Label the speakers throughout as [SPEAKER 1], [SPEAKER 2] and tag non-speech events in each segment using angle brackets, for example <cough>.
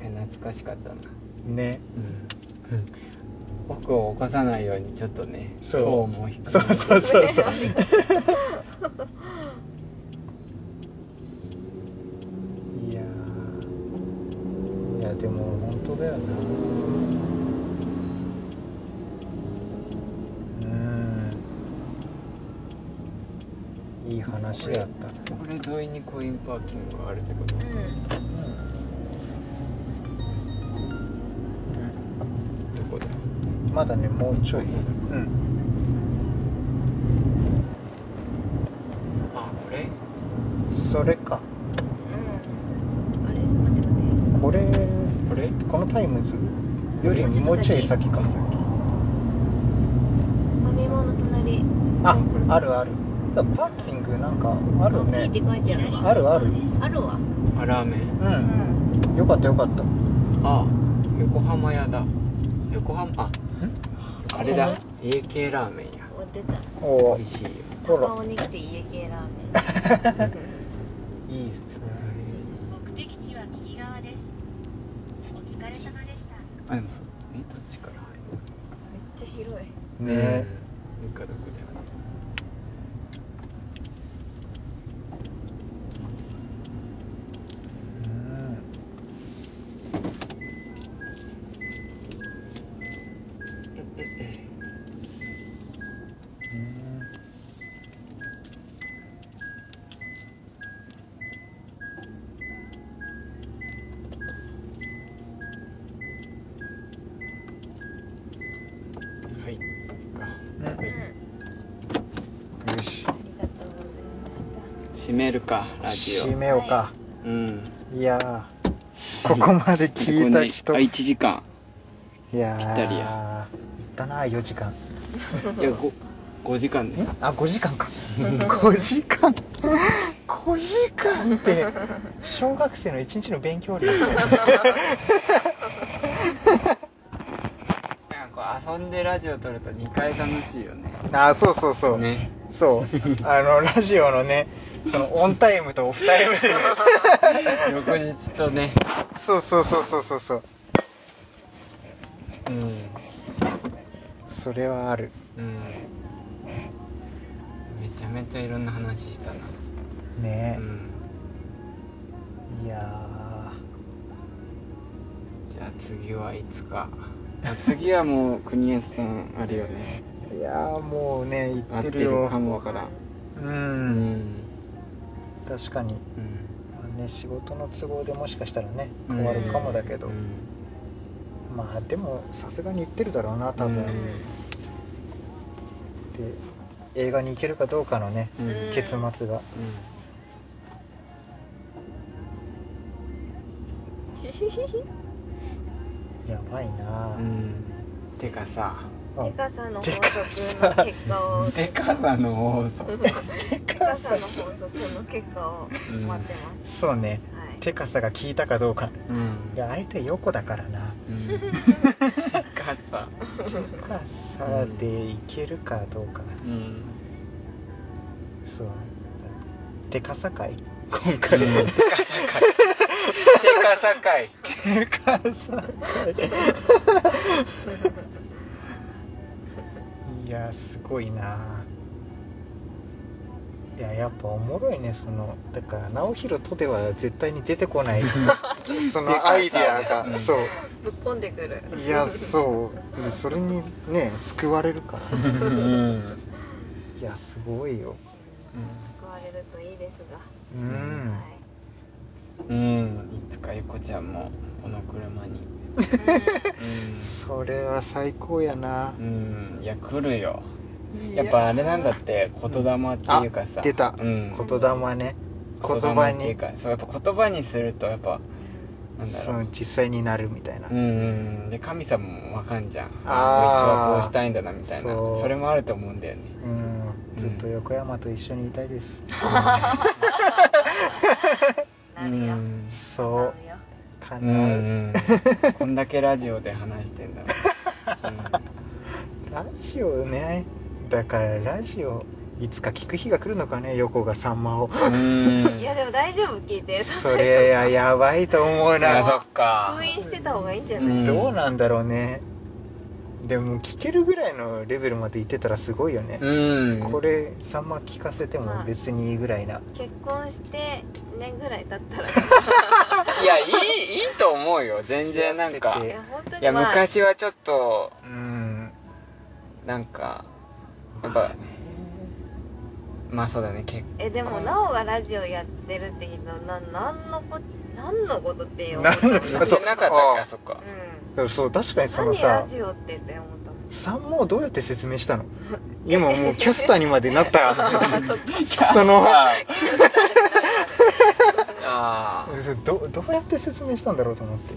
[SPEAKER 1] 懐かしかったな、
[SPEAKER 2] ね
[SPEAKER 1] うんうん、僕を起こさないようにちょっとね
[SPEAKER 2] そう
[SPEAKER 1] 塔も低く
[SPEAKER 2] そうそうそうそういやーいやでも本当だよなうんいい話やった
[SPEAKER 1] これ沿いにコインパーキングがあるってこと、どこだ
[SPEAKER 2] まだねもうちょいうん
[SPEAKER 1] あこれ
[SPEAKER 2] それか
[SPEAKER 3] あれ待って待って
[SPEAKER 2] これ
[SPEAKER 1] これ
[SPEAKER 2] このタイムズよりもうちょい先か
[SPEAKER 3] ファミマの隣
[SPEAKER 2] ああるあるパーキングなんかある
[SPEAKER 3] コー
[SPEAKER 2] ね
[SPEAKER 3] ヒーって書いてあるわ
[SPEAKER 2] あるある
[SPEAKER 3] あるわ
[SPEAKER 1] あラーメン
[SPEAKER 3] う
[SPEAKER 2] うん
[SPEAKER 3] ん
[SPEAKER 2] よかったよかった
[SPEAKER 1] あ横浜屋だ横浜ああれだ家系ラーメンや
[SPEAKER 3] お出た
[SPEAKER 2] おお
[SPEAKER 1] 美味しいよ
[SPEAKER 2] ほ
[SPEAKER 3] 高
[SPEAKER 2] ら
[SPEAKER 3] 尾に来て家系ラーメン
[SPEAKER 2] <laughs> いいっすね
[SPEAKER 4] 目的地は右側ですお疲れ様でした
[SPEAKER 1] あでもそうえどっちから入る
[SPEAKER 3] めっちゃ広
[SPEAKER 2] ね
[SPEAKER 3] い
[SPEAKER 1] うんぬか床だよね
[SPEAKER 2] うん
[SPEAKER 1] はいいいか
[SPEAKER 2] うん
[SPEAKER 3] うん
[SPEAKER 2] よし
[SPEAKER 3] ありがとうございま
[SPEAKER 1] 閉めるかラジ
[SPEAKER 2] 締めようか
[SPEAKER 1] オうん
[SPEAKER 2] いやーここまで聞いた人
[SPEAKER 1] こんなあ1時間
[SPEAKER 2] いやー
[SPEAKER 1] ぴったりや
[SPEAKER 2] いったな4時間ん
[SPEAKER 1] いやご5時間で
[SPEAKER 2] あ5時間
[SPEAKER 1] <laughs>
[SPEAKER 2] か5時間5時間って小学生の1日の勉強量
[SPEAKER 1] <laughs> なんかこう遊んでラジオ撮ると2回楽しいよね
[SPEAKER 2] あそうそうそう、
[SPEAKER 1] ね
[SPEAKER 2] そうあのラジオのねそのオンタイムとオフタイムで
[SPEAKER 1] 翌日とね
[SPEAKER 2] そうそうそうそうそうそう
[SPEAKER 1] うん
[SPEAKER 2] それはある
[SPEAKER 1] うんめちゃめちゃいろんな話したな、
[SPEAKER 2] ね
[SPEAKER 1] う、ん
[SPEAKER 2] いや
[SPEAKER 1] じゃあ次はいつかあ次はもう国安さんあるよね
[SPEAKER 2] ーいやーもうね言
[SPEAKER 1] 合っ
[SPEAKER 2] っ
[SPEAKER 1] てて
[SPEAKER 2] る
[SPEAKER 1] る
[SPEAKER 2] よ
[SPEAKER 1] かもわからん
[SPEAKER 2] う、
[SPEAKER 1] うんん
[SPEAKER 2] 確かに、
[SPEAKER 1] うん
[SPEAKER 2] まあね、仕事の都合でもしかしたらね変わるかもだけど、
[SPEAKER 1] うん
[SPEAKER 2] まあでもさすがに行ってるだろうな多分、
[SPEAKER 1] う
[SPEAKER 3] し
[SPEAKER 1] ん
[SPEAKER 3] た
[SPEAKER 2] で映画に行けるかどうかのね、
[SPEAKER 1] うん
[SPEAKER 3] うん
[SPEAKER 2] 結末がやばいな
[SPEAKER 1] う
[SPEAKER 2] あ、
[SPEAKER 1] んてかさ
[SPEAKER 2] うん
[SPEAKER 3] テカさんの法則の結果を
[SPEAKER 1] <laughs> てかさの法則
[SPEAKER 3] テカさんの法則の結果を待ってま
[SPEAKER 2] そうね
[SPEAKER 3] す、はい
[SPEAKER 2] てかさが効いたかどうか
[SPEAKER 1] うん
[SPEAKER 2] いや相手横だから
[SPEAKER 1] <laughs>
[SPEAKER 2] な
[SPEAKER 1] うんてかさ
[SPEAKER 2] てかさでいけるかどうか、
[SPEAKER 1] うん
[SPEAKER 2] そうてかさかい今回、
[SPEAKER 1] うん
[SPEAKER 2] て
[SPEAKER 1] てかさかい
[SPEAKER 2] かさか <laughs> いいやすごいないややっぱおもろいねそのだから直弘とでは絶対に出てこ
[SPEAKER 1] <laughs>
[SPEAKER 2] ないそのアイデアが、
[SPEAKER 1] うん
[SPEAKER 2] そう
[SPEAKER 3] ぶっこんでくる
[SPEAKER 2] いやそうでそれにね救われるから
[SPEAKER 1] うん
[SPEAKER 2] いやすごいよ
[SPEAKER 3] 救われるといいですが、
[SPEAKER 2] う
[SPEAKER 3] は
[SPEAKER 2] ん
[SPEAKER 3] い
[SPEAKER 1] うんいつかゆこちゃんもこの車に
[SPEAKER 2] それは最高やな
[SPEAKER 1] う、ん、うん、いや来るよ
[SPEAKER 2] い
[SPEAKER 1] やっぱあれなんだって言霊っていうかさ
[SPEAKER 2] あ出た
[SPEAKER 1] うん、
[SPEAKER 2] 言霊ね言
[SPEAKER 1] 言
[SPEAKER 2] 葉
[SPEAKER 1] 霊ってい
[SPEAKER 2] に
[SPEAKER 1] うかそうやっぱ言葉にするとやっぱなんだ
[SPEAKER 2] そ
[SPEAKER 1] ろ
[SPEAKER 2] の
[SPEAKER 1] う
[SPEAKER 2] 実際になるみたいな、
[SPEAKER 1] うんうんうんで神様もわかんじゃん
[SPEAKER 2] あー
[SPEAKER 1] こいつはこうしたいんだなみたいな
[SPEAKER 2] そう
[SPEAKER 1] それもあると思うんだよね
[SPEAKER 2] うん、ずっと横山と一緒にいた
[SPEAKER 1] <laughs>
[SPEAKER 2] いです、
[SPEAKER 3] なるよ、
[SPEAKER 1] うん
[SPEAKER 2] そう
[SPEAKER 3] なるよ
[SPEAKER 2] か
[SPEAKER 1] う
[SPEAKER 2] な、う
[SPEAKER 1] ん
[SPEAKER 2] ん、
[SPEAKER 1] うんこんだけラジオで話してんだもん、
[SPEAKER 2] ラジオねだからラジオいつか聞く日が来るのかね横がさん
[SPEAKER 1] <laughs>
[SPEAKER 2] まを
[SPEAKER 1] うーん
[SPEAKER 3] いやでも大丈夫聞
[SPEAKER 1] <laughs>
[SPEAKER 3] いて
[SPEAKER 2] それはやばいと思う
[SPEAKER 1] いやそ
[SPEAKER 2] な
[SPEAKER 1] っか
[SPEAKER 3] 封印してた方がいいんじゃ
[SPEAKER 1] う
[SPEAKER 3] ない、
[SPEAKER 1] ん
[SPEAKER 2] どうなんだろうねでも聞けるぐらいのレベルまで行ってたらすごいよね、
[SPEAKER 1] うん
[SPEAKER 2] これさんま聞かせても別にいいぐらいな、
[SPEAKER 3] 結婚して1年ぐらい経った
[SPEAKER 1] <laughs>
[SPEAKER 3] ら
[SPEAKER 1] いやいいいいと思うよ全然なんか
[SPEAKER 2] 付き合って
[SPEAKER 3] い
[SPEAKER 1] い
[SPEAKER 2] て
[SPEAKER 3] や本当に
[SPEAKER 1] や
[SPEAKER 3] まあ
[SPEAKER 1] 昔はちょっと
[SPEAKER 2] うん
[SPEAKER 1] なんかやっぱまあそうだね結
[SPEAKER 3] えでもなおがラジオやってるって聞いたらな何のこ何のことってよ
[SPEAKER 2] 何の
[SPEAKER 1] 構や
[SPEAKER 2] あそ
[SPEAKER 1] っ
[SPEAKER 2] う
[SPEAKER 1] てな <laughs> かった
[SPEAKER 2] あ
[SPEAKER 1] か
[SPEAKER 2] あ
[SPEAKER 1] そっか
[SPEAKER 3] う
[SPEAKER 2] そう確かに
[SPEAKER 3] ん
[SPEAKER 2] その
[SPEAKER 3] 何ラ
[SPEAKER 2] さ
[SPEAKER 3] ジオってって思
[SPEAKER 1] <laughs>
[SPEAKER 3] ったもん
[SPEAKER 2] さんもどうやって説明したの今もうキャスターにまで
[SPEAKER 1] <laughs>
[SPEAKER 2] なったよその
[SPEAKER 1] ああ
[SPEAKER 2] どどうやって説明したんだろうと思って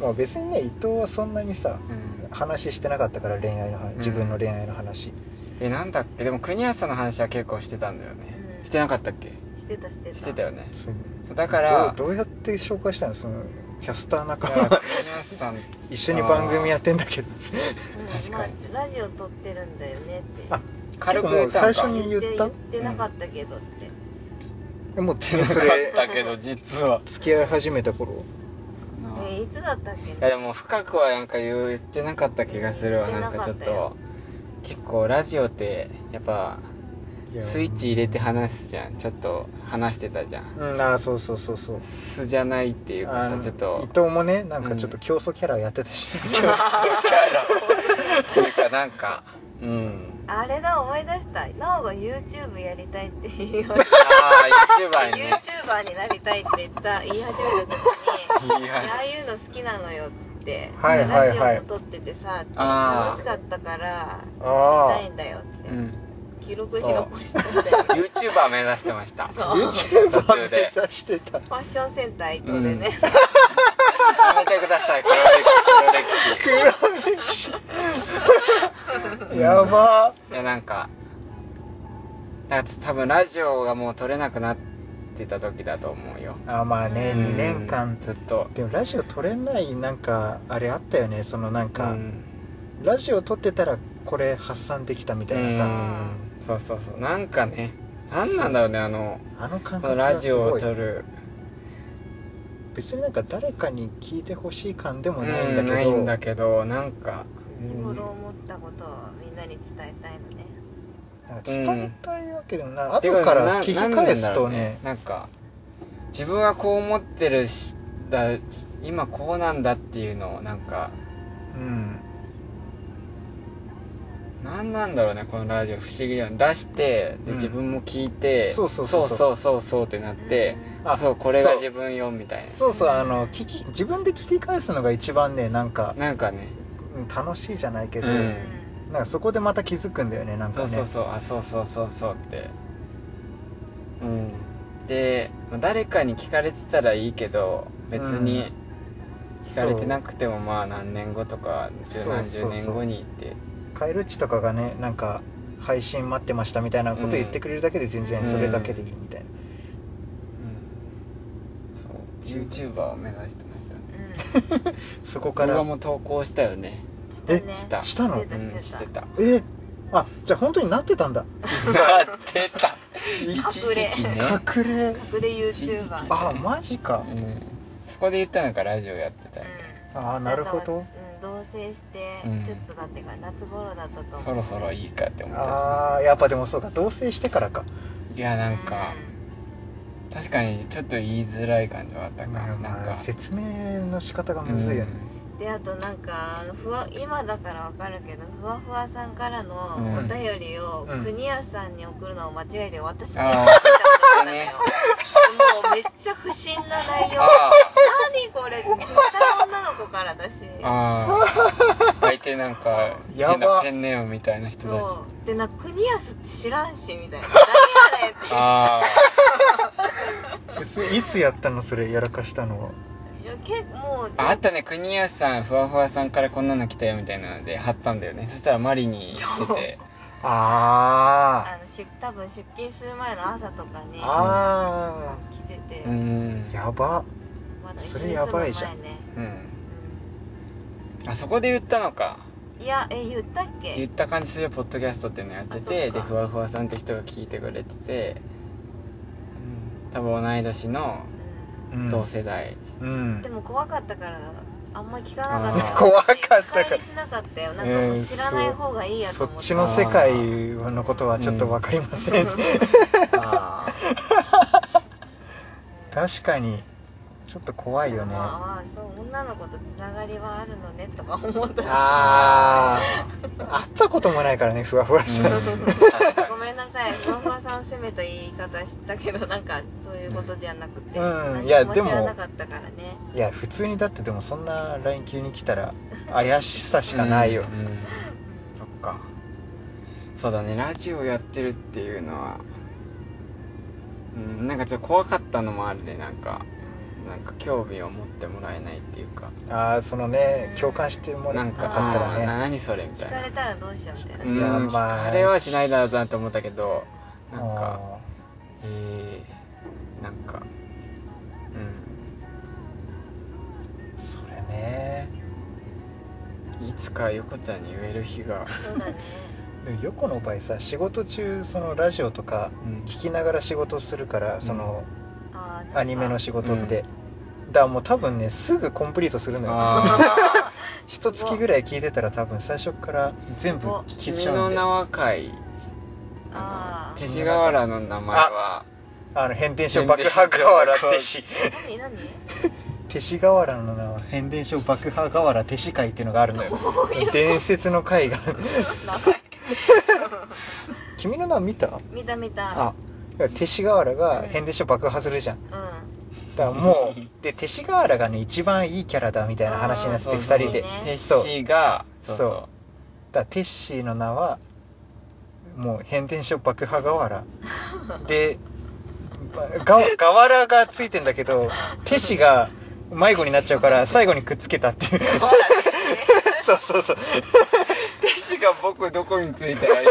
[SPEAKER 2] まあ別にね伊藤はそんなにさ
[SPEAKER 1] うん
[SPEAKER 2] 話してなかったから恋愛の話
[SPEAKER 1] ん
[SPEAKER 2] 自分の恋愛の話、
[SPEAKER 1] えなんだっけでも国安の話は結構してたんだよね
[SPEAKER 3] うん
[SPEAKER 1] してなかったっけ
[SPEAKER 3] してたしてた
[SPEAKER 1] してたよね
[SPEAKER 2] そう
[SPEAKER 1] そうだから
[SPEAKER 2] どうどうやって紹介したのそのキャスター
[SPEAKER 1] だ
[SPEAKER 2] 仲
[SPEAKER 1] から
[SPEAKER 2] 間
[SPEAKER 1] 国安さん
[SPEAKER 2] 一緒に番組やってん
[SPEAKER 1] <laughs>
[SPEAKER 2] だけど
[SPEAKER 3] うん
[SPEAKER 1] 確かに
[SPEAKER 3] まあ、ラジオ撮ってるんだよねって
[SPEAKER 2] あ
[SPEAKER 1] 軽く
[SPEAKER 2] で
[SPEAKER 1] 言
[SPEAKER 2] も
[SPEAKER 1] ったの
[SPEAKER 2] 最
[SPEAKER 1] か
[SPEAKER 2] 初に言った
[SPEAKER 3] 言ってなかったけどって、
[SPEAKER 2] えもう
[SPEAKER 1] 言 <laughs>
[SPEAKER 2] 手
[SPEAKER 1] って
[SPEAKER 2] そ
[SPEAKER 1] なか
[SPEAKER 2] れ
[SPEAKER 1] ったけど実は
[SPEAKER 2] 付き合い始めた頃
[SPEAKER 1] うん
[SPEAKER 3] えいつだったっけ
[SPEAKER 1] いやでも深くはなんか言ってなかった気がするわ
[SPEAKER 3] 言って
[SPEAKER 1] な
[SPEAKER 3] なんか
[SPEAKER 1] か
[SPEAKER 3] った
[SPEAKER 1] ちょ
[SPEAKER 3] よ
[SPEAKER 1] っと結構ラジオってやっぱ
[SPEAKER 2] いや
[SPEAKER 1] スイッチ入れて話すじゃんちょっと話してたじゃん
[SPEAKER 2] うんあーそうそうそうそう
[SPEAKER 1] 素じゃないっていう
[SPEAKER 2] あ
[SPEAKER 1] かさ
[SPEAKER 2] の
[SPEAKER 1] ちょっと
[SPEAKER 2] 伊藤もねなんかちょっと競争キャラやってたし、
[SPEAKER 1] っていうかなんかうん
[SPEAKER 3] あれだ思い出したなおが YouTube やりたいって言い始め
[SPEAKER 1] ああ YouTuber にね
[SPEAKER 3] YouTuber になりたいって言った言い始めた時に
[SPEAKER 1] 言い
[SPEAKER 3] いやああ
[SPEAKER 1] 始
[SPEAKER 3] いうの好きなのよっつって、
[SPEAKER 2] はいはいはい
[SPEAKER 3] ラジオも撮っててさ
[SPEAKER 1] あー
[SPEAKER 3] 楽しかったからやり
[SPEAKER 2] あ
[SPEAKER 3] たいんだよって、
[SPEAKER 1] めうん
[SPEAKER 3] 記録に残したんだよ
[SPEAKER 1] YouTuber 目指してました
[SPEAKER 3] そ
[SPEAKER 2] あ
[SPEAKER 3] う
[SPEAKER 2] YouTuber
[SPEAKER 1] 途中
[SPEAKER 2] 目指
[SPEAKER 1] で
[SPEAKER 2] してた
[SPEAKER 3] ファッションセンター伊藤
[SPEAKER 1] や
[SPEAKER 3] でね、
[SPEAKER 1] めてください黒歴史黒歴うん
[SPEAKER 2] やば
[SPEAKER 1] 史いやなんかだから多分ラジオがもう撮れなくなってた時だと思うよ
[SPEAKER 2] ーあまあね
[SPEAKER 3] うん
[SPEAKER 2] 2年間
[SPEAKER 1] ずっと
[SPEAKER 2] でもラジオ撮れないなんかあれあったよねそのなんか、
[SPEAKER 1] うん
[SPEAKER 2] ラジオ撮ってたらこれ発散できたみたいなさ、
[SPEAKER 1] うんそうそうそうなんかねなんなんだろうねあの
[SPEAKER 2] あの感
[SPEAKER 1] こ
[SPEAKER 2] 覚
[SPEAKER 1] のラ
[SPEAKER 2] が
[SPEAKER 1] ジ
[SPEAKER 2] す
[SPEAKER 1] オ
[SPEAKER 2] ご
[SPEAKER 1] を
[SPEAKER 2] い
[SPEAKER 1] 撮る
[SPEAKER 2] 別になんか誰かに聞いてほしい感でもないん
[SPEAKER 1] う
[SPEAKER 2] だ
[SPEAKER 1] ん
[SPEAKER 2] け
[SPEAKER 1] ない
[SPEAKER 2] ど,、
[SPEAKER 1] んだけどなんか
[SPEAKER 3] 日頃思ったことをみんなに伝えたいのね
[SPEAKER 2] なんか伝えたいわけでもない、後
[SPEAKER 1] て
[SPEAKER 2] から聞き
[SPEAKER 1] ななん
[SPEAKER 2] 返
[SPEAKER 1] な
[SPEAKER 2] す
[SPEAKER 1] んだろ
[SPEAKER 2] と
[SPEAKER 1] う
[SPEAKER 2] ね
[SPEAKER 1] なんか自分はこう思ってるしだし今こうなんだっていうのをなんか
[SPEAKER 2] うん
[SPEAKER 1] なんなんだろうねこのラジオ不思議だよね出して
[SPEAKER 2] う
[SPEAKER 1] で
[SPEAKER 2] ん
[SPEAKER 1] 自分も聞いて、
[SPEAKER 2] そうそうそう
[SPEAKER 1] そ
[SPEAKER 2] そうう
[SPEAKER 1] そうそうそうってなって、
[SPEAKER 2] あ
[SPEAKER 1] そうこれが自分よみたい
[SPEAKER 2] そうそうあの聞き自分で聞き返すのが一番ねなんか
[SPEAKER 1] ななんかね
[SPEAKER 2] うん楽しいじゃないけど、
[SPEAKER 1] う
[SPEAKER 3] うんん
[SPEAKER 2] なんかそこでまた気づくんだよねなんか
[SPEAKER 1] そう
[SPEAKER 2] ね
[SPEAKER 1] そうそうあそうそうそうそうってうんでまあ誰かに聞かれてたらいいけど別に聞かれてなくてもまあ何年後とか十何十年後にって
[SPEAKER 2] カエルチとかがねなんか配信待ってましたみたいなこと言ってくれるだけで全然それだけでいいみたいな、
[SPEAKER 1] うんそう YouTuber を目指してましたね
[SPEAKER 3] う
[SPEAKER 2] そこか
[SPEAKER 1] 動画
[SPEAKER 2] ら
[SPEAKER 1] も投稿したよね
[SPEAKER 3] んした
[SPEAKER 2] え
[SPEAKER 3] ね
[SPEAKER 1] した
[SPEAKER 2] したの
[SPEAKER 3] して
[SPEAKER 1] う
[SPEAKER 3] た
[SPEAKER 1] ん
[SPEAKER 3] し
[SPEAKER 1] してて
[SPEAKER 3] た
[SPEAKER 1] た
[SPEAKER 2] えあじゃあ本当になってたんだ
[SPEAKER 1] なってた <laughs> 一
[SPEAKER 3] 隠
[SPEAKER 1] 時
[SPEAKER 3] れ
[SPEAKER 1] 期ね
[SPEAKER 2] 隠れ
[SPEAKER 3] 隠れ YouTuber
[SPEAKER 2] あマジか
[SPEAKER 1] うんそこで言ったのかラジオやってたよ
[SPEAKER 2] あなるほど
[SPEAKER 3] うん、同棲して
[SPEAKER 1] うん
[SPEAKER 3] ちょっとだってから夏頃だったと思う、
[SPEAKER 1] そろそろいいかって思った
[SPEAKER 2] あーやっぱでもそうか同棲してからか
[SPEAKER 1] いやなんか確かにちょっと言いづらい感じはあったか
[SPEAKER 2] まあ
[SPEAKER 1] なん
[SPEAKER 2] まあ
[SPEAKER 1] か
[SPEAKER 2] 説明の仕方がむずいよね、
[SPEAKER 3] うんであとなんかあのふわ今だからわかるけどふわふわさんからの
[SPEAKER 1] うん
[SPEAKER 3] お便りを、
[SPEAKER 2] うん
[SPEAKER 3] 国安さんに送るのを間違えて私に送った
[SPEAKER 1] あー
[SPEAKER 3] ことあったのよもうめっちゃ不審な内容
[SPEAKER 1] あ
[SPEAKER 3] 何これ絶対女の子からだし
[SPEAKER 1] ーあ
[SPEAKER 2] <laughs>
[SPEAKER 1] ー相手なんか
[SPEAKER 2] やば
[SPEAKER 1] 変なペンネームみたいな人だし
[SPEAKER 3] そうでなんか国安って知らんしみたいな誰やねんって
[SPEAKER 1] あ
[SPEAKER 2] えそれいつやったのそれやらかしたのはい
[SPEAKER 3] や結構もう
[SPEAKER 1] ああったね国安さんふわふわさんからこんなの来たよみたいなので貼ったんだよねそしたらマリに行ってて
[SPEAKER 2] あ
[SPEAKER 3] あの出多分出勤する前の朝とかに
[SPEAKER 2] ーあ
[SPEAKER 3] 来てて、
[SPEAKER 1] うーん
[SPEAKER 2] ーやば
[SPEAKER 3] まだ一
[SPEAKER 2] そ
[SPEAKER 3] 緒に
[SPEAKER 2] れ
[SPEAKER 3] 住
[SPEAKER 2] や
[SPEAKER 3] む
[SPEAKER 2] ば
[SPEAKER 3] 前
[SPEAKER 2] いじゃん
[SPEAKER 3] ね、
[SPEAKER 1] うんあそこで言ったのか
[SPEAKER 3] うんいやえ言ったっ
[SPEAKER 1] 言っ
[SPEAKER 3] け
[SPEAKER 1] た感じするポッドキャストっていうのやって
[SPEAKER 3] あそ
[SPEAKER 1] て
[SPEAKER 3] っか
[SPEAKER 1] でふわふわさんって人が聞いてくれてて、うん、多分同い年の
[SPEAKER 2] うん
[SPEAKER 1] 同世代、
[SPEAKER 2] う
[SPEAKER 3] うん
[SPEAKER 2] ん
[SPEAKER 3] でも怖かったからあんま聞かなかったよ
[SPEAKER 1] あー
[SPEAKER 2] 怖かったから
[SPEAKER 3] 深入りしなかったよなんかもう知らない方がいいやと
[SPEAKER 2] そっ
[SPEAKER 3] 思って
[SPEAKER 2] ちの世界のことはちょっと分かりません、
[SPEAKER 1] ああ
[SPEAKER 2] <laughs> 確かにちょっと怖いよねあ
[SPEAKER 3] ああそう女の子とつながりはあるのね
[SPEAKER 2] <laughs>
[SPEAKER 3] とか思った
[SPEAKER 2] あー会ったこともないからねふわふわさん、
[SPEAKER 1] うん確か
[SPEAKER 3] ご
[SPEAKER 1] に
[SPEAKER 3] めんなさい、ふわふわさん責めた言い方したけど、なんかそういうことじゃなくて、
[SPEAKER 2] うんうんいや
[SPEAKER 3] 何も知らなかったからね。
[SPEAKER 2] いや普通にだってでもそんな LINE 急に来たら怪しさしかないよ、
[SPEAKER 1] うんうん
[SPEAKER 2] そっか
[SPEAKER 1] そうだねラジオやってるっていうのは、うん、なんかちょっと怖かったのもあるねなんかなんか興味を持ってもらえないっていうか
[SPEAKER 2] ああそのね共感してもら
[SPEAKER 1] な
[SPEAKER 2] え
[SPEAKER 1] んか
[SPEAKER 2] なかったら
[SPEAKER 1] あー
[SPEAKER 2] ね
[SPEAKER 1] 何それみた
[SPEAKER 3] 聞
[SPEAKER 1] い
[SPEAKER 3] か
[SPEAKER 1] な
[SPEAKER 3] れたらどうしようみたいな。
[SPEAKER 1] うん
[SPEAKER 2] いやまあ
[SPEAKER 1] 聞かれはしないだろうなと思ったけどなんか
[SPEAKER 2] あ
[SPEAKER 1] えー、なんかう
[SPEAKER 2] ーそれね
[SPEAKER 1] んいつか横ちゃんに言える日が、
[SPEAKER 3] そうだね。
[SPEAKER 2] でも横の場合さ仕事中そのラジオとか
[SPEAKER 1] うん
[SPEAKER 2] 聞きながら仕事するから、その
[SPEAKER 3] あーそっか
[SPEAKER 2] アニメの仕事って、だからもう多分ねすぐコンプリートするのよ
[SPEAKER 1] ああ
[SPEAKER 2] 一月ぐらい聞いてたら多分最初から全部 <laughs> 聞け
[SPEAKER 1] 君
[SPEAKER 2] ちゃう
[SPEAKER 1] の
[SPEAKER 2] んで
[SPEAKER 1] 名はかいあ
[SPEAKER 3] あ
[SPEAKER 1] の
[SPEAKER 3] ー
[SPEAKER 1] 勅使河原の名前は
[SPEAKER 2] あの変電所爆破瓦手師
[SPEAKER 3] 何何
[SPEAKER 2] 手師河原の名は変電所爆破瓦手師会っていうのがあるのよ伝説の会が
[SPEAKER 3] 名前。
[SPEAKER 2] 君の名は見た
[SPEAKER 3] 見た見た。
[SPEAKER 2] あ手師河原が変電所爆破するじゃん
[SPEAKER 3] うん。
[SPEAKER 2] だからもうで勅使河原がね一番いいキャラだみたいな話になって
[SPEAKER 1] そう
[SPEAKER 2] 2
[SPEAKER 1] そう
[SPEAKER 2] 人で
[SPEAKER 3] そうね
[SPEAKER 1] 勅使が
[SPEAKER 2] そ
[SPEAKER 1] そうう
[SPEAKER 2] そ
[SPEAKER 1] そうう
[SPEAKER 2] だからテッシーの名はもう変電所爆破瓦でが瓦がついてんだけどテッシーが迷子になっちゃうから最後にくっつけたっていうそうそうそう
[SPEAKER 1] 勅使が僕どこについてらいい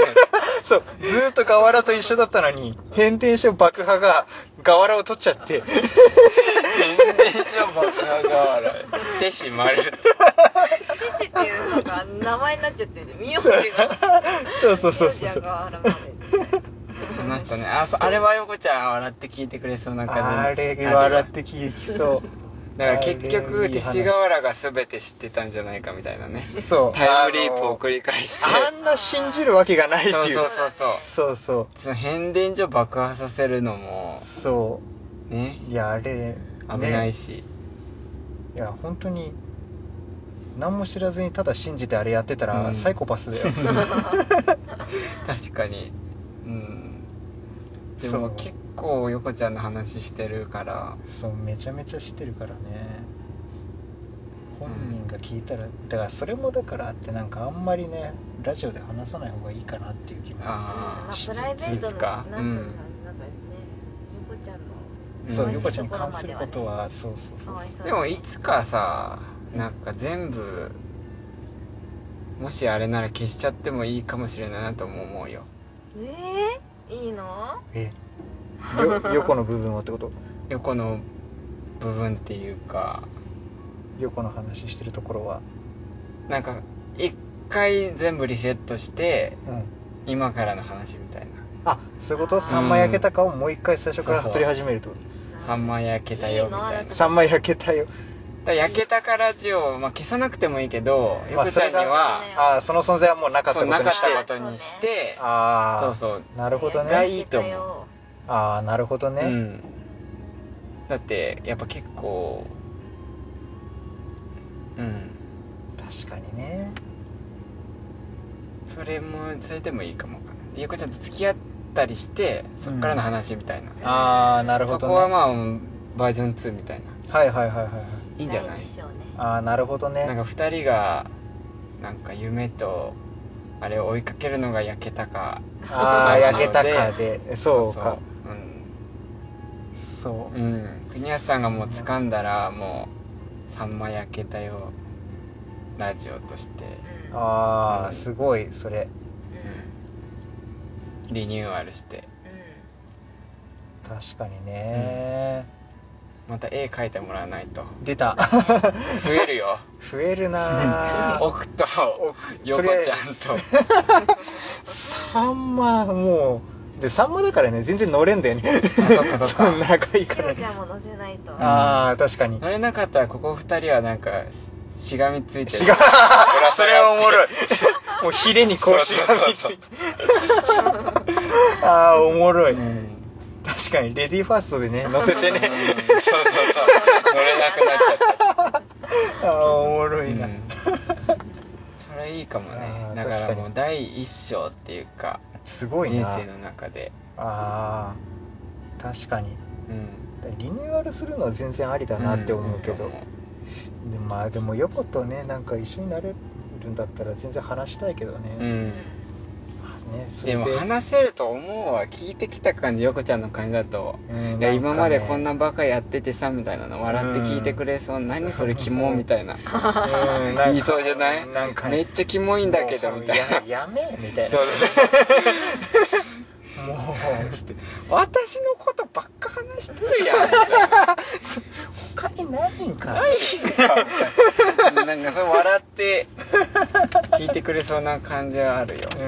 [SPEAKER 2] そうずーっと瓦と一緒だったのに変電所爆破が瓦を取っちゃって
[SPEAKER 1] 変電所爆破瓦勅使丸
[SPEAKER 3] テシっていうのが名前になっちゃってる。名字が。
[SPEAKER 2] <laughs> そうそうそうそう
[SPEAKER 3] 名
[SPEAKER 2] そ
[SPEAKER 3] 字
[SPEAKER 2] う
[SPEAKER 3] が現れて
[SPEAKER 1] いましたねああれは横ちゃん笑って聞いてくれそうな感じ
[SPEAKER 2] あれ笑って聞きそ
[SPEAKER 1] だから結
[SPEAKER 2] あれ
[SPEAKER 1] 局
[SPEAKER 2] いい
[SPEAKER 1] 勅使
[SPEAKER 2] 話
[SPEAKER 1] 河原が全て知ってたんじゃないかみたいなね
[SPEAKER 2] うそう
[SPEAKER 1] タイムリープを
[SPEAKER 2] あの
[SPEAKER 1] 繰り返して
[SPEAKER 2] あんな信じるわけがないって
[SPEAKER 1] そう
[SPEAKER 2] いう
[SPEAKER 1] そうそうそう
[SPEAKER 2] そうそう
[SPEAKER 1] その変電所爆破させるのも
[SPEAKER 2] そ
[SPEAKER 1] ね
[SPEAKER 2] ういやあれ
[SPEAKER 1] 危ない
[SPEAKER 2] ね、
[SPEAKER 1] し、
[SPEAKER 2] いや本当に何も知らずにただ信じてあれやってたら、
[SPEAKER 1] うん
[SPEAKER 2] サイコパスだよ
[SPEAKER 1] <laughs> 確かにうんで
[SPEAKER 2] そ
[SPEAKER 1] も
[SPEAKER 2] う
[SPEAKER 1] 結構横ちゃんの話してるから
[SPEAKER 2] そうめちゃめちゃ知ってるからね本人が聞いたら、だからそれもだからあってなんかあんまりねラジオで話さない方がいいかなっていう気も
[SPEAKER 3] うんま
[SPEAKER 1] あ
[SPEAKER 3] あ
[SPEAKER 1] あ
[SPEAKER 3] プライベート
[SPEAKER 1] 質
[SPEAKER 3] の
[SPEAKER 1] か
[SPEAKER 3] なんて
[SPEAKER 1] う
[SPEAKER 3] いうの
[SPEAKER 1] ん
[SPEAKER 3] かななんかね、ゆこちゃんの
[SPEAKER 2] そう
[SPEAKER 1] うん
[SPEAKER 2] ゆこちゃんに
[SPEAKER 3] 詳しいとこ
[SPEAKER 2] 関
[SPEAKER 3] ろま
[SPEAKER 2] す
[SPEAKER 3] で
[SPEAKER 2] る
[SPEAKER 3] は
[SPEAKER 2] こ
[SPEAKER 3] ね
[SPEAKER 2] とはそうそうそ
[SPEAKER 3] か
[SPEAKER 2] う
[SPEAKER 3] わいそうだね
[SPEAKER 1] でもいつかさなんか全部もしあれなら消しちゃってもいいかもしれないなとも思うよ
[SPEAKER 3] えー、いいの
[SPEAKER 2] <laughs> えよ横の部分をってこと
[SPEAKER 1] 横の部分っていうか
[SPEAKER 2] 横の話してるところは
[SPEAKER 1] なんか一回全部リセットして
[SPEAKER 2] うん
[SPEAKER 1] 今からの話みたいな
[SPEAKER 2] あそういうこと
[SPEAKER 3] うん
[SPEAKER 2] 3枚焼けたかをもう一回最初から
[SPEAKER 1] そうそう
[SPEAKER 2] 取り始めるってこと
[SPEAKER 1] 3枚焼けたよみたいなだ
[SPEAKER 3] いい
[SPEAKER 1] か
[SPEAKER 2] 3
[SPEAKER 3] の
[SPEAKER 2] 枚焼けたよ
[SPEAKER 1] ら焼けたからジオ、まあ、消さなくてもいいけど
[SPEAKER 3] まあ
[SPEAKER 1] 横ちゃんには
[SPEAKER 3] それがね
[SPEAKER 2] ああその存在はもうなかった
[SPEAKER 1] そう
[SPEAKER 2] こと
[SPEAKER 1] な
[SPEAKER 2] に
[SPEAKER 1] かっ
[SPEAKER 2] して
[SPEAKER 1] たことにして
[SPEAKER 2] ああ
[SPEAKER 1] そうそう
[SPEAKER 2] なるほど
[SPEAKER 1] が
[SPEAKER 2] ね
[SPEAKER 1] いいと思
[SPEAKER 2] ああなるほど
[SPEAKER 1] う
[SPEAKER 2] ね、
[SPEAKER 1] んだってやっぱ結構うん
[SPEAKER 2] 確かにね
[SPEAKER 1] それもそれでもいいかもかなゆうこちゃんと付き合ったりしてそっからの話みたいな、
[SPEAKER 2] ああなるほ
[SPEAKER 1] そ
[SPEAKER 2] どね
[SPEAKER 1] こはまあバージョン2みたいな
[SPEAKER 2] はいはいはいはいはい
[SPEAKER 1] いいんじゃない
[SPEAKER 3] でしょうね
[SPEAKER 2] ああなるほど
[SPEAKER 1] なん
[SPEAKER 2] ね
[SPEAKER 1] か2人がなんか夢とあれを追いかけるのが焼けたか
[SPEAKER 2] ああ
[SPEAKER 1] なの
[SPEAKER 2] 焼
[SPEAKER 1] で
[SPEAKER 2] けたかでそう
[SPEAKER 1] そう
[SPEAKER 2] かそう
[SPEAKER 1] う、ん、うん、国安さんがもう掴んだらもう「さんま焼けたよ」ラジオとして、
[SPEAKER 3] うん
[SPEAKER 2] あ
[SPEAKER 1] う
[SPEAKER 2] あ
[SPEAKER 1] ん
[SPEAKER 2] すごいそれ
[SPEAKER 1] リニューアルして
[SPEAKER 3] う
[SPEAKER 2] 確かにね、
[SPEAKER 1] また絵描いてもらわないと <laughs>
[SPEAKER 2] 出た
[SPEAKER 1] 増えるよ
[SPEAKER 2] 増える
[SPEAKER 1] <laughs>
[SPEAKER 2] なぁ
[SPEAKER 1] 奥と
[SPEAKER 2] お
[SPEAKER 1] 横
[SPEAKER 2] と
[SPEAKER 1] ち
[SPEAKER 2] りあえず
[SPEAKER 1] ゃんと
[SPEAKER 2] サンマもうでサンマだからね全然乗れんだよね
[SPEAKER 1] そっ <laughs> かそっか
[SPEAKER 2] <laughs> そんな赤い
[SPEAKER 3] ひ
[SPEAKER 2] から
[SPEAKER 3] ろちゃんも乗せないと。
[SPEAKER 2] あー確かに
[SPEAKER 1] 乗れなかったらここ二人はなんかしがみついて
[SPEAKER 2] 違うそれはおもろいもうヒレにこうしがみつ
[SPEAKER 1] <laughs>
[SPEAKER 2] いてああおもろい、
[SPEAKER 1] うん
[SPEAKER 2] 確かにレディーファーストでね乗せて
[SPEAKER 1] うんそう
[SPEAKER 2] ね
[SPEAKER 1] そうそう乗れなくなっちゃった
[SPEAKER 2] ああおもろいな、
[SPEAKER 1] うんそれいいかも
[SPEAKER 2] あ
[SPEAKER 1] ね
[SPEAKER 2] ー
[SPEAKER 1] だか
[SPEAKER 2] 確
[SPEAKER 1] ら
[SPEAKER 2] かに
[SPEAKER 1] もう第一章っていうか
[SPEAKER 2] すごい
[SPEAKER 1] 人
[SPEAKER 2] な
[SPEAKER 1] 生の中で
[SPEAKER 2] あー確かに
[SPEAKER 1] うん
[SPEAKER 2] リニューアルするのは全然ありだなって思うけど、
[SPEAKER 1] ん
[SPEAKER 2] でもまあでも横とねなんか一緒になれるんだったら全然話したいけどね,、
[SPEAKER 1] う
[SPEAKER 3] うん
[SPEAKER 1] ん
[SPEAKER 2] ねそれ
[SPEAKER 1] でも話せると思うわ聞いてきた感じ横ちゃんの感じだと
[SPEAKER 2] うん
[SPEAKER 1] いや
[SPEAKER 2] なんかね
[SPEAKER 1] 今までこんなバカやっててさみたいなの笑って聞いてくれそう何それキモみたいな
[SPEAKER 2] うんなんか
[SPEAKER 1] 言いそうじゃない
[SPEAKER 2] なんかね
[SPEAKER 1] めっちゃキモいんだけどみたいな
[SPEAKER 2] もうややめえみたいな
[SPEAKER 1] そうそう
[SPEAKER 2] もうつって
[SPEAKER 1] 私のことばっか話してるやんみたいな
[SPEAKER 2] 他にないんか
[SPEAKER 1] なんかそう笑って聞いてくれそうな感じはあるよ、
[SPEAKER 2] <laughs> う
[SPEAKER 1] う
[SPEAKER 2] ん、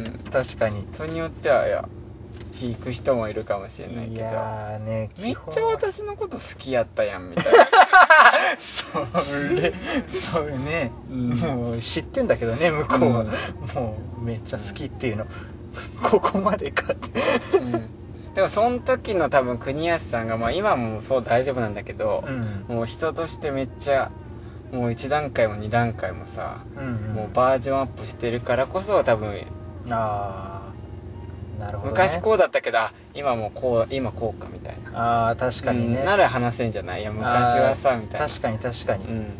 [SPEAKER 1] ん
[SPEAKER 2] 確かに
[SPEAKER 1] 人によってはいや聞く人もいるかもしれない
[SPEAKER 2] い
[SPEAKER 1] けど
[SPEAKER 2] やーね
[SPEAKER 1] めっ
[SPEAKER 2] 基
[SPEAKER 1] ちゃ
[SPEAKER 2] 本は
[SPEAKER 1] 私のこと好きやったやんみたいな
[SPEAKER 2] それそれね、
[SPEAKER 1] うん
[SPEAKER 2] もう知ってんだけどね向こうは、
[SPEAKER 1] うん
[SPEAKER 2] もうめっちゃ好きっていうの、ここまでかって
[SPEAKER 1] うんでもその時の多分国安さんが、まあ、今もそう大丈夫なんだけど
[SPEAKER 2] う、ん
[SPEAKER 1] もう人としてめっちゃもう1段階も2段階もさ、
[SPEAKER 2] うん
[SPEAKER 1] もうバージョンアップしてるからこそ多分
[SPEAKER 2] ああなるほど、ね、
[SPEAKER 1] 昔こうだったけど、あ今もうこう今こうかみたいな
[SPEAKER 2] ああ確かにね、
[SPEAKER 1] うんなら話せんじゃないいや昔はさみたいな
[SPEAKER 2] 確かに確かに
[SPEAKER 1] うん、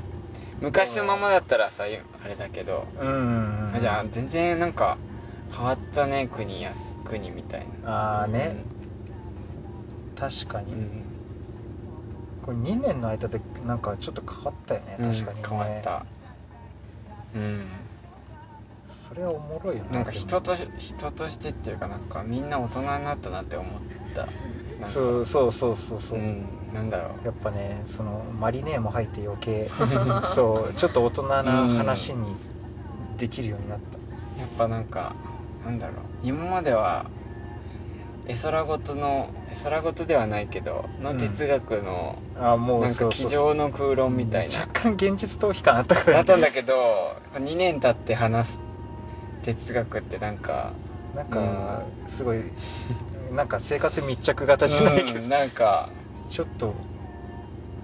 [SPEAKER 1] 昔のままだったらさあれだけど、
[SPEAKER 2] うんうんうん
[SPEAKER 1] じゃあ全然なんか変わったね国やす国みたいな
[SPEAKER 2] ああね、確か
[SPEAKER 1] う
[SPEAKER 2] に、
[SPEAKER 1] ん、うん
[SPEAKER 2] これ2年の間でなんかちょっと変わったよね確かにね、
[SPEAKER 1] うん変わったうん
[SPEAKER 2] それはおもろいよね
[SPEAKER 1] なんか人と人としてっていうかなんかみんな大人になったなって思ったなんか
[SPEAKER 2] そうそうそうそうそう、
[SPEAKER 1] うんなんだろう
[SPEAKER 2] やっぱねそのマリネーも入って余
[SPEAKER 1] <laughs>
[SPEAKER 2] 計そうちょっと大人な話にできるようになった、
[SPEAKER 1] やっぱなんかなんだろう今までは絵空事の絵空事ではないけどの哲学の、
[SPEAKER 2] あもう
[SPEAKER 1] なんか机上の空論みたいな
[SPEAKER 2] 若干現実逃避感あったから
[SPEAKER 1] だったんだけど2年経って話す哲学ってなんか
[SPEAKER 2] なんかすごい、なんか生活密着型じゃないけど、
[SPEAKER 1] うんなんか
[SPEAKER 2] ちょっと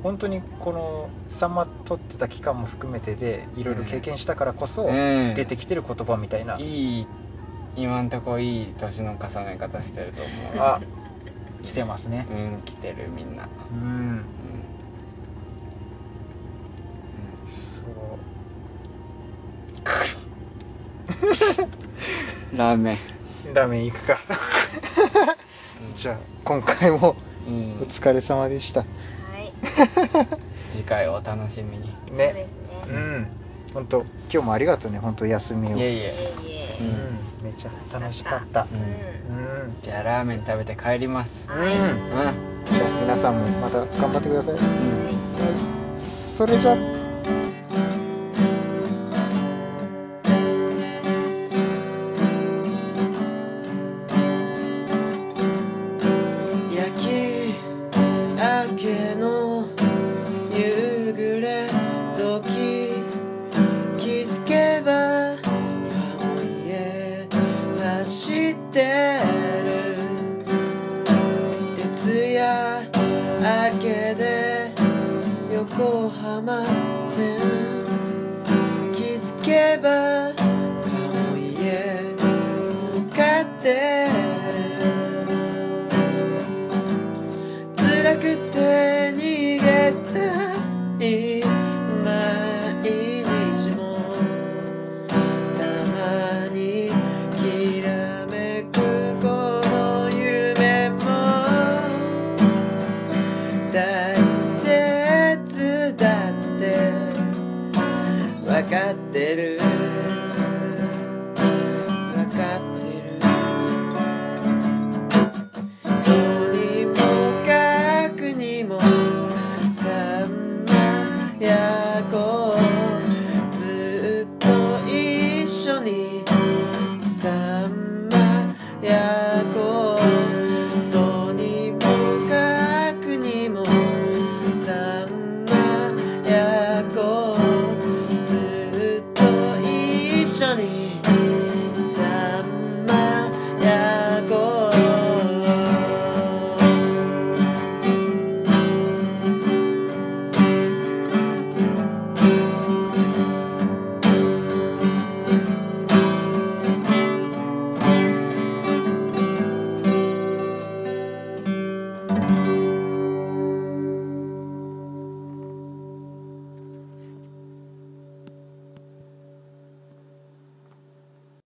[SPEAKER 2] 本当にこのさんま撮ってた期間も含めてでいろいろ経験したからこそ、
[SPEAKER 1] うん
[SPEAKER 2] 出てきてる言葉みたいな、
[SPEAKER 1] いい今んとこいい年の重ね方してると思う
[SPEAKER 2] あ来てますね
[SPEAKER 1] うん来てるみんな
[SPEAKER 2] うん
[SPEAKER 1] うん
[SPEAKER 2] そう
[SPEAKER 1] うんラーメン
[SPEAKER 2] ラーメン行くか <laughs> じゃあ今回も
[SPEAKER 1] うん
[SPEAKER 2] お疲れ様でした
[SPEAKER 3] はい。
[SPEAKER 1] 次回をお楽しみに
[SPEAKER 3] そうで
[SPEAKER 2] ね
[SPEAKER 3] す
[SPEAKER 2] う
[SPEAKER 3] ね。
[SPEAKER 2] ん本当今日もありがとうね本当休みを
[SPEAKER 1] いえい
[SPEAKER 3] い
[SPEAKER 1] え
[SPEAKER 3] えいえ。
[SPEAKER 1] う
[SPEAKER 2] うんん、めちゃ楽しかった
[SPEAKER 1] う
[SPEAKER 3] うん。
[SPEAKER 2] うんん
[SPEAKER 1] じゃあラーメン食べて帰ります
[SPEAKER 3] は
[SPEAKER 1] う
[SPEAKER 2] う
[SPEAKER 3] い。
[SPEAKER 1] んん
[SPEAKER 2] じゃあ皆さんもまた頑張ってください、は
[SPEAKER 1] うん
[SPEAKER 3] はい
[SPEAKER 2] い、それじゃあ
[SPEAKER 5] 焼き明けの夕暮れ時気づけばファミへ走ってる徹夜明けで横浜線気づけばファミへ向かってる辛くて逃げたい毎日もたまにきらめくこの夢も大切だってわかってる